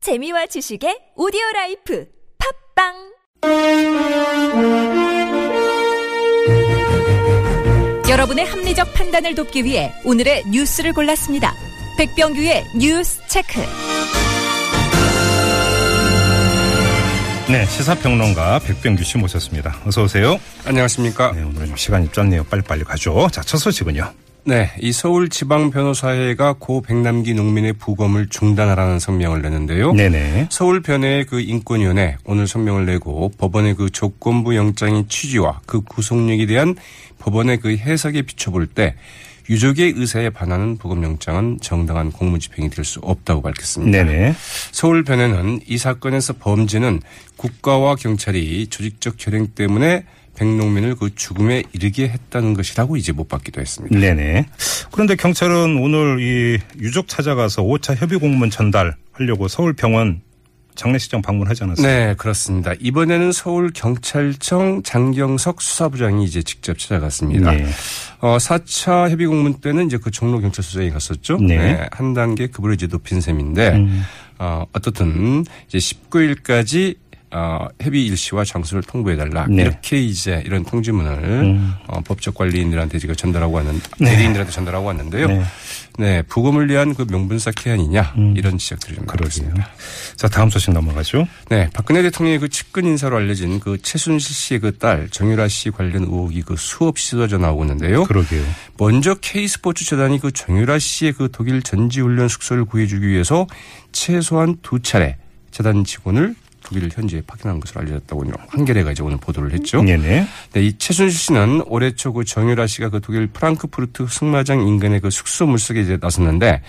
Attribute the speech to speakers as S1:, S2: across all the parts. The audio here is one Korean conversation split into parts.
S1: 재미와 지식의 오디오 라이프 팝빵 여러분의 합리적 판단을 돕기 위해 오늘의 뉴스를 골랐습니다. 백병규의 뉴스 체크.
S2: 네, 시사평론가 백병규 씨 모셨습니다. 어서 오세요.
S3: 안녕하십니까.
S2: 네, 오늘은 좀 시간이 짧네요. 빨리빨리 가죠. 자, 첫 소식은요.
S3: 네, 이 서울지방변호사회가 고 백남기 농민의 부검을 중단하라는 성명을
S2: 어?
S3: 냈는데요.
S2: 네네.
S3: 서울변의 그 인권위원회 오늘 성명을 내고 법원의 그 조건부 영장의 취지와 그 구속력에 대한 법원의 그 해석에 비춰볼 때 유족의 의사에 반하는 부검영장은 정당한 공무집행이 될 수 없다고 밝혔습니다.
S2: 네네.
S3: 서울변에는 이 사건에서 범죄는 국가와 경찰이 조직적 결행 때문에 백농민을 그 죽음에 이르게 했다는 것이라고 이제 못 받기도 했습니다.
S2: 네네. 그런데 경찰은 오늘 이 유족 찾아가서 5차 협의 공문 전달하려고 서울병원 장례식장 방문하지 않았어요?
S3: 네, 그렇습니다. 이번에는 서울 경찰청 장경석 수사부장이 이제 직접 찾아갔습니다.
S2: 네.
S3: 어, 4차 협의 공문 때는 이제 그 종로 경찰서장이 갔었죠.
S2: 네. 음.
S3: 한 단계 급을 이제 높인 셈인데 어, 어떻든 이제 19일까지 어, 협의 일시와 장소를 통보해 달라
S2: 네. 음.
S3: 이렇게 이제 이런 통지문을 어, 법적 관리인들한테 지금 전달하고 왔는데 대리인들한테 전달하고 왔는데요.
S2: 네. 음.
S3: 네, 부검을 위한 그 명분삭 해안이냐 이런 지적들이 좀
S2: 그러게요.
S3: 나왔습니다.
S2: 자, 다음 소식 넘어가죠.
S3: 네, 박근혜 대통령의 그 측근 인사로 알려진 그 최순실 씨의 그 딸 정유라 씨 관련 의혹이 그 수없이 쏟아져 나오고 있는데요.
S2: 그러게요.
S3: 먼저 K스포츠 재단이 그 정유라 씨의 그 독일 전지훈련 숙소를 구해주기 위해서 최소한 두 차례 재단 직원을 독일 현지에 파견한 것으로 알려졌다고 한겨레가 이제 오늘 보도를
S2: 예.
S3: 했죠.
S2: 네네.
S3: 네, 이 최순실 씨는 올해 초 그 정유라 씨가 그 독일 프랑크푸르트 승마장 인근의 그 숙소 물속에 이제 나섰는데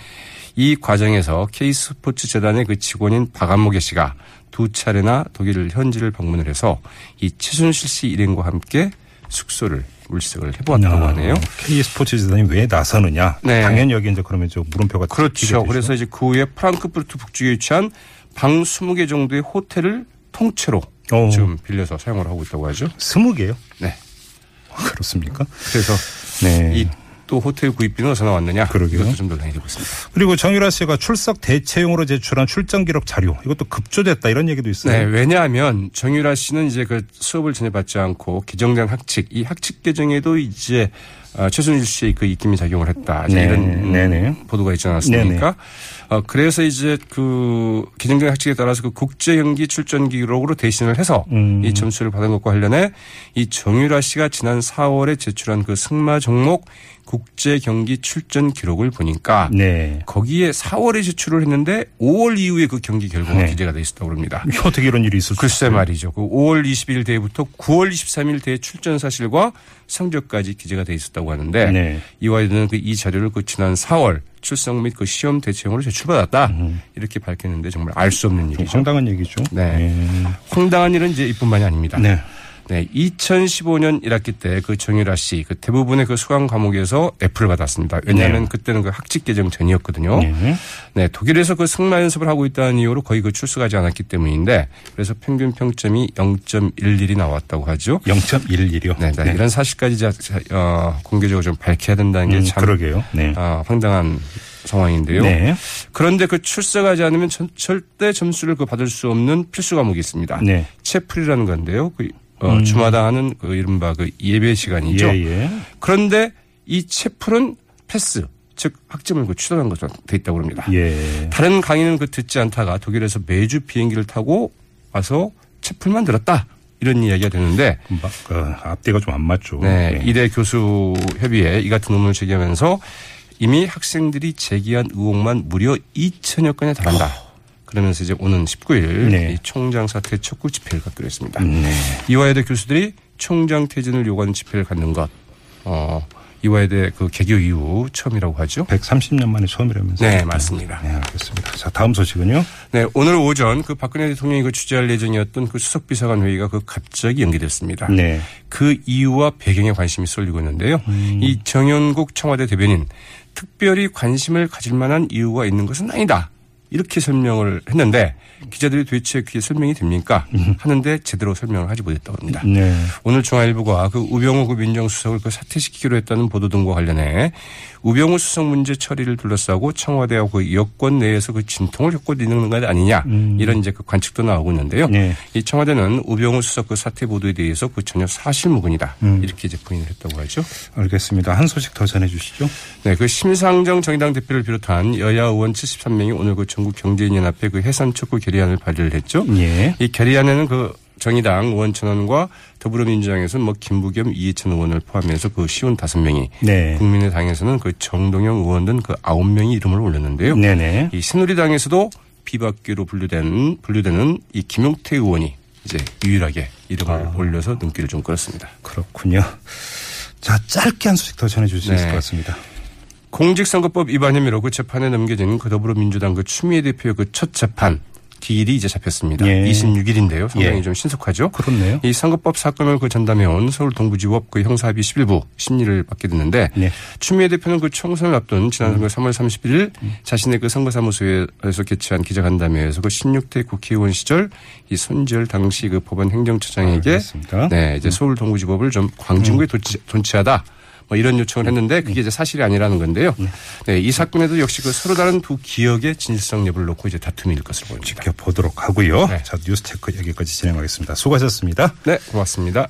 S3: 이 과정에서 K스포츠 재단의 그 직원인 박한목의 씨가 두 차례나 독일 현지를 방문을 해서 이 최순실 씨 일행과 함께 숙소를 물색을 해보았다고 하네요.
S2: 아, K 스포츠 재단이 왜 나서느냐?
S3: 네.
S2: 당연히 여기 이제 그러면 저 물음표가 튀게
S3: 그렇죠.
S2: 되죠.
S3: 그래서 이제 그 후에 프랑크푸르트 북쪽에 위치한 방 20개 정도의 호텔을 통째로
S2: 오.
S3: 지금 빌려서 사용을 하고 있다고 하죠.
S2: 스무 개요? 아,
S3: 네.
S2: 그렇습니까?
S3: 그래서
S2: 네.
S3: 이 또 호텔 구입비는 어디서 나왔느냐?
S2: 그러게요.
S3: 이것도 좀 논란이 되고 있습니다.
S2: 그리고 정유라 씨가 출석 대체용으로 제출한 출장 기록 자료 이것도 급조됐다 이런 얘기도 있어요.
S3: 네, 왜냐하면 정유라 씨는 이제 그 수업을 전해받지 않고 개정된 학칙, 이 학칙 개정에도 이제 어, 최순실 씨의 그 입김이 작용을 했다. 이제
S2: 네,
S3: 이런 음,
S2: 네네.
S3: 보도가 있지 않았습니까? 어, 그래서 이제 그 개정된 학칙에 따라서 그 국제 경기 출전 기록으로 대신을 해서
S2: 음.
S3: 이 점수를 받은 것과 관련해 이 정유라 씨가 지난 4월에 제출한 그 승마 종목 국제 경기 출전 기록을 보니까
S2: 네.
S3: 거기에 4월에 제출을 했는데 5월 이후에 그 경기 결과가
S2: 네.
S3: 기재가 돼 있었다고 그럽니다.
S2: 어떻게 이런 일이 있을 수
S3: 글쎄
S2: 있어요?
S3: 말이죠. 그 5월 21일 대회부터 9월 23일 대회 출전 사실과 성적까지 기재가 돼 있었다고 하는데
S2: 네.
S3: 이와 관련된 그이 자료를 그 지난 4월 출석 및 그 시험 대체용으로 제출받았다
S2: 음.
S3: 이렇게 밝혔는데 정말 알 수 없는
S2: 좀
S3: 일이죠.
S2: 황당한 얘기죠.
S3: 네. 황당한 일은 이제 이뿐만이 아닙니다.
S2: 네.
S3: 네, 2015년 1학기 때 그 정유라 씨 그 대부분의 그 수강 과목에서 F를 받았습니다. 왜냐하면
S2: 네.
S3: 그때는 그 학칙 개정 전이었거든요.
S2: 네.
S3: 네, 독일에서 그 승마 연습을 하고 있다는 이유로 거의 그 출석하지 않았기 때문인데 그래서 평균 평점이 0.11이 나왔다고 하죠.
S2: 0.11이요.
S3: 네, 네, 이런 사실까지 자, 자, 어, 공개적으로 좀 밝혀야 된다는
S2: 음,
S3: 게참
S2: 그러게요. 네.
S3: 아, 황당한 상황인데요.
S2: 네.
S3: 그런데 그 출석하지 않으면 전- 절대 점수를 그 받을 수 없는 필수 과목이 있습니다.
S2: 네. 음.
S3: 채플이라는 건데요. 그 어, 주마다 하는 그 이른바 그 예배
S2: 예,
S3: 시간이죠.
S2: 예.
S3: 그런데 이 채플은 패스, 즉 학점을 그 취소한 것으로 돼 있다고 합니다.
S2: 예.
S3: 다른 강의는 그 듣지 않다가 독일에서 매주 비행기를 타고 와서 채플만 들었다. 이런 이야기가 되는데
S2: 막, 그 앞뒤가 좀 안 맞죠.
S3: 네,
S2: 네.
S3: 이대 교수 협의회 이 같은 논문을 제기하면서 이미 학생들이 제기한 의혹만 무려 2천여 건에 달한다. 그러면서 이제 오는 19일
S2: 네.
S3: 이 총장 사퇴 촉구 집회를 갖기로 했습니다. 이화여대 교수들이 총장 퇴진을 요구하는 집회를 갖는 것, 어, 이화여대 그 개교 이후 처음이라고 하죠.
S2: 130년 만에 처음이라면서요.
S3: 네, 맞습니다.
S2: 네, 알겠습니다. 자, 다음 소식은요.
S3: 네, 오늘 오전 그 박근혜 대통령이 그 주재할 예정이었던 그 수석비서관 회의가 그 갑자기 연기됐습니다.
S2: 네.
S3: 그 이유와 배경에 관심이 쏠리고 있는데요.
S2: 음.
S3: 이 정현국 청와대 대변인 특별히 관심을 가질 만한 이유가 있는 것은 아니다. 이렇게 설명을 했는데 기자들이 도대체 그게 설명이 됩니까? 하는데 제대로 설명을 하지 못했다고 합니다.
S2: 음. 네.
S3: 오늘 중앙일보가 그 우병우 그 민정수석을 그 사퇴시키기로 했다는 보도 등과 관련해 우병우 수석 문제 처리를 둘러싸고 청와대하고 그 여권 내에서 그 진통을 겪고 있는 것 아니냐 이런 이제 그 관측도 나오고 있는데요.
S2: 네.
S3: 이 청와대는 우병우 수석 그 사퇴 보도에 대해서 그 전혀 사실무근이다 이렇게 이제 부인을 했다고 하죠.
S2: 알겠습니다. 한 소식 더 전해주시죠.
S3: 네, 그 심상정 정의당 대표를 비롯한 여야 의원 73명이 오늘 그 전국 경제인연합회 그 해산 촉구 결의안을 발의를 했죠.
S2: 예.
S3: 이 결의안에는 그 정의당 의원 천원과 더불어민주당에서는 뭐 김부겸 이해찬 의원을 포함해서 그 쉬운 다섯 명이
S2: 네.
S3: 국민의당에서는 그 정동영 의원 등 그 아홉 명이 이름을 올렸는데요.
S2: 네네.
S3: 이 새누리당에서도 비박계로 분류된 분류되는 이 김용태 의원이 이제 유일하게 이름을
S2: 아.
S3: 올려서 눈길을 좀 끌었습니다.
S2: 그렇군요. 자, 짧게 한 소식 더 전해줄 수 있을
S3: 네.
S2: 것 같습니다.
S3: 공직선거법 위반 혐의로 그 재판에 넘겨진 그 더불어민주당 그 추미애 대표의 그 첫 재판 기일이 이제 잡혔습니다.
S2: 예.
S3: 26일인데요. 상당히
S2: 예.
S3: 좀 신속하죠.
S2: 그렇네요.
S3: 이 선거법 사건을 그 전담해온 서울동부지법 그 형사합의 11부 심리를 받게 됐는데
S2: 네.
S3: 추미애 대표는 그 총선을 앞둔 지난 선거 3월 31일 자신의 그 선거사무소에서 개최한 기자간담회에서 그 16대 국회의원 시절 이 손절 당시 그 법원
S2: 아,
S3: 행정처장에게
S2: 알겠습니다.
S3: 네, 이제 서울 동부지법을 좀
S2: 음.
S3: 광진구에 도치- 존치하다. 뭐 이런 요청을 했는데
S2: 네.
S3: 그게 이제 사실이 아니라는 건데요. 네, 이 사건에도 역시 그 서로 다른 두 기억의 진실성 여부를 놓고 이제 다툼일 것으로 보입니다.
S2: 지켜보도록 하고요.
S3: 네.
S2: 자, 뉴스테크 여기까지 진행하겠습니다. 수고하셨습니다.
S3: 네, 고맙습니다.